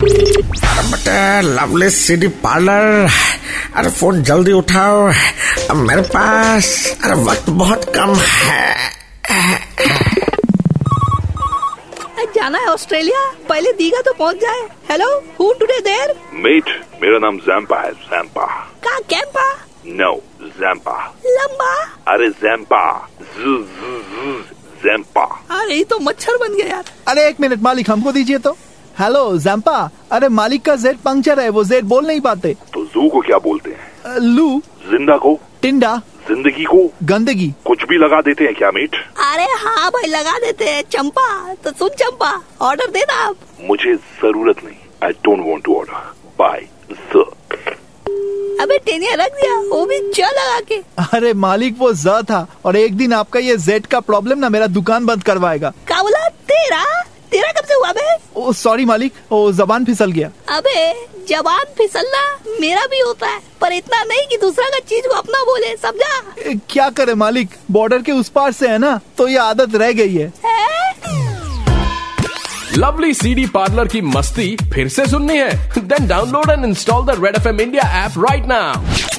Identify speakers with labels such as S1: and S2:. S1: अरे बटे lovely city parlour अरे फोन जल्दी उठाओ अब मेरे पास अरे वक्त बहुत कम है
S2: आज जाना है ऑस्ट्रेलिया पहले दीगा तो पहुंच जाए hello who today there
S3: mate मेरा नाम जैम्पा है जैम्पा
S2: का कैंपा
S3: नो जैम्पा
S2: लंबा
S3: अरे जैम्पा जैम्पा
S2: अरे ये तो मच्छर बन गया यार
S4: अरे एक मिनट मालिक हमको दीजिए तो हेलो जम्पा अरे मालिक का जेड पंक्चर है वो जेड बोल नहीं पाते
S3: तो जू को क्या बोलते हैं
S4: अ, लू
S3: जिंदा को
S4: टिंडा
S3: जिंदगी को
S4: गंदगी
S3: कुछ भी लगा देते हैं क्या मेट
S2: अरे हाँ भाई लगा देते हैं चंपा तो सुन चंपा ऑर्डर देना आप
S3: मुझे जरूरत नहीं I don't want to order by the
S2: अबे टेनिया रख दिया वो भी च लगा के
S4: अरे मालिक वो ज था और एक दिन आपका ये जेड का प्रॉब्लम ना मेरा दुकान बंद करवाएगा
S2: का बोला तेरा तेरा कब से हुआ बे
S4: ओ सॉरी मालिक ओ जबान फिसल गया
S2: अबे जवान फिसलना मेरा भी होता है पर इतना नहीं कि दूसरा का चीज को अपना बोले समझा
S4: ए, क्या करे मालिक बॉर्डर के उस पार से है ना तो ये आदत रह गई है
S2: है?
S5: लवली सी डी पार्लर की मस्ती फिर से सुननी है then download and install the red F M India app right now